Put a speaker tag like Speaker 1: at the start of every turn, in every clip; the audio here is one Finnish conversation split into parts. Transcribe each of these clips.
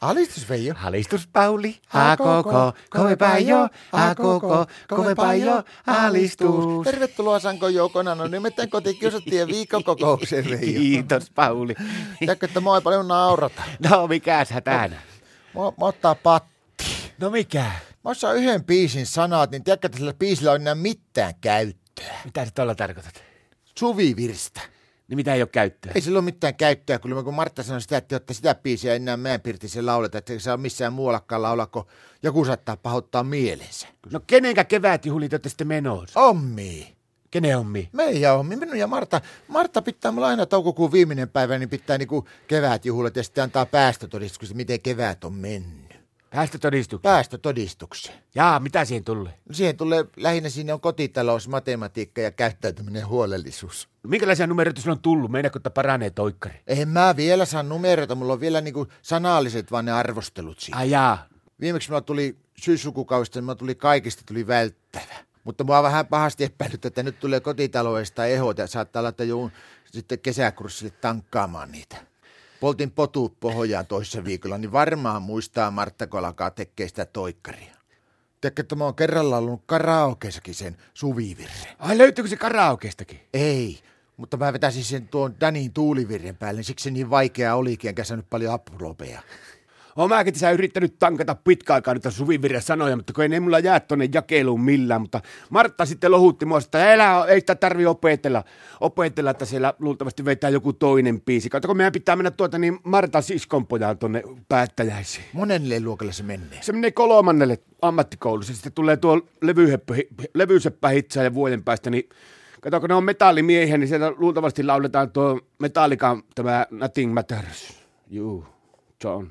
Speaker 1: Alistus Veijo.
Speaker 2: Alistus Pauli, a koko, kovempaa jo, a koko, kovempaa jo, alistus.
Speaker 1: Tervetuloa Sanko Joukona, no nimittäin kotikiusattien viikkokokoukseen Veijo.
Speaker 2: Kiitos Pauli.
Speaker 1: Tiedätkö, että mua ei paljon naurata.
Speaker 2: No mikäs hätänä?
Speaker 1: Mua, mua ottaa patti.
Speaker 2: No mikä?
Speaker 1: Mä osaan yhden biisin sanat, niin tiedätkö, että sillä biisillä on enää mitään käyttöä.
Speaker 2: Mitä sä tuolla tarkoitat?
Speaker 1: Suvivirstä.
Speaker 2: Niin mitä ei ole käyttöä?
Speaker 1: Ei sillä ole mitään käyttöä, kyllä mä- kun Martta sanoi sitä, että jotta sitä biisiä ei enää mäenpirtissä lauleta, että ei saa missään muuallakaan laulaa, kun joku saattaa pahoittaa mielensä.
Speaker 2: No kenenkä kevätjuhlit olette sitten menossa?
Speaker 1: Ommi.
Speaker 2: Kenen hommi?
Speaker 1: Me ei ole, minun ja Marta. Martta pitää mulla aina toukokuun viimeinen päivä, niin pitää niinku kevätjuhlat ja sitten antaa päästötodistuksen, miten kevät on mennyt.
Speaker 2: Päästä todistukseen.
Speaker 1: Päästötodistuksen.
Speaker 2: Jaa, mitä siihen tulee?
Speaker 1: No Siihen tulee lähinnä sinne on kotitalous, matematiikka ja käyttäytyminen huolellisuus.
Speaker 2: No, minkälaisia numeroita sulla on tullut? Meinaatko, että paranee toikkari?
Speaker 1: En mä vielä saa numeroita, mulla on vielä niinku sanalliset vaan ne arvostelut siinä.
Speaker 2: Ai jaa.
Speaker 1: Viimeksi mulla tuli syyslukukaudesta, niin mulla tuli kaikista tuli välttävä. Mutta mua on vähän pahasti epäilyt, että nyt tulee kotitaloudesta ehot ja saattaa olla, että joudun sitten kesäkurssille tankkaamaan niitä. Poltin potu pohjaan toisessa viikolla, niin varmaan muistaa Martta, kun alkaa tekee sitä toikkaria. Tiedätkö, että mä oon kerralla ollut karaokeissakin sen suvivirren.
Speaker 2: Ai löytyykö se karaokeistakin?
Speaker 1: Ei, mutta mä vetäisin sen tuon Danin tuulivirren päälle, niin siksi se niin vaikea olikin, enkä saanut paljon aplopeja.
Speaker 2: Oon mäkin tässä yrittänyt tankata pitkä aikaa nyt suvivirren sanoja, mutta kun ei ne mulla jää tonne jakeluun millään, mutta Martta sitten lohutti mua, että elä, ei sitä tarvi opetella, opetella, että siellä luultavasti vetää joku toinen biisi. Kato, kun meidän pitää mennä tuota niin Martan siskonpojaan tonne päättäjäisiin.
Speaker 1: Monelle luokalle se menee.
Speaker 2: Se menee kolmannelle ammattikoulussa, sitten tulee tuo levyheppö, levyseppä hitsaa ja vuoden päästä, niin kato, kun ne on metallimiehiä, niin siellä luultavasti lauletaan tuo metallikan tämä Nothing Matters. Juu, John.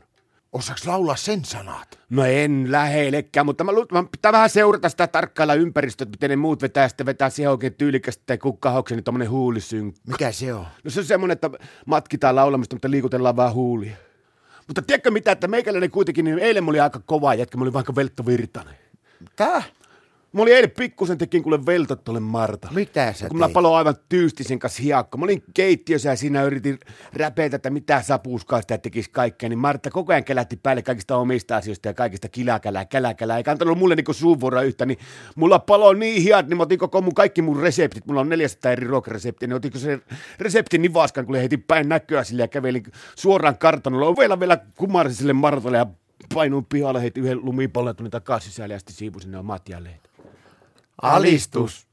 Speaker 1: Osaaks laulaa sen sanat?
Speaker 2: No en lähellekään, mutta mä, luulen, että pitää vähän seurata sitä tarkkailla ympäristöä, että miten ne muut vetää, ja sitten vetää siihen oikein tyylikästä tai kukkahaukseen, niin tommonen huulisyn.
Speaker 1: Mikä se on?
Speaker 2: No se on semmonen, että matkitaan laulamista, mutta liikutellaan vaan huulia. Mutta tiedätkö mitä, että meikäläinen kuitenkin, niin eilen mä olin aika kova jätkä, mä olin vaikka Veltto Virtanen.
Speaker 1: Tää?
Speaker 2: Mä olin eilen pikkusen tekin kuule veltot tuolle Martalle.
Speaker 1: Mitä sä
Speaker 2: Kun mä
Speaker 1: teit?
Speaker 2: paloin aivan tyystisen kanssa hiakko. Mä olin keittiössä ja siinä yritin räpeitä, että mitä sapuskaa sitä tekisi kaikkea. Niin Martta koko ajan kälätti päälle kaikista omista asioista ja kaikista kiläkälää, käläkälää. Eikä antanut mulle niinku suuvuoroa yhtä. Niin mulla paloi niin hiat, niin mä otin koko mun kaikki mun reseptit. Mulla on 400 eri ruokareseptiä. Niin otin sen reseptin niin vaskan, kun heitin päin näköä sille ja kävelin suoraan kartanolle. Ovella vielä kumarsin sille Martalle ja painuin niin pihalle, heitin yhden lumipallon tuonne takaisin sisälle ja sitten siivusin ne omat jäljet.
Speaker 1: Alistus.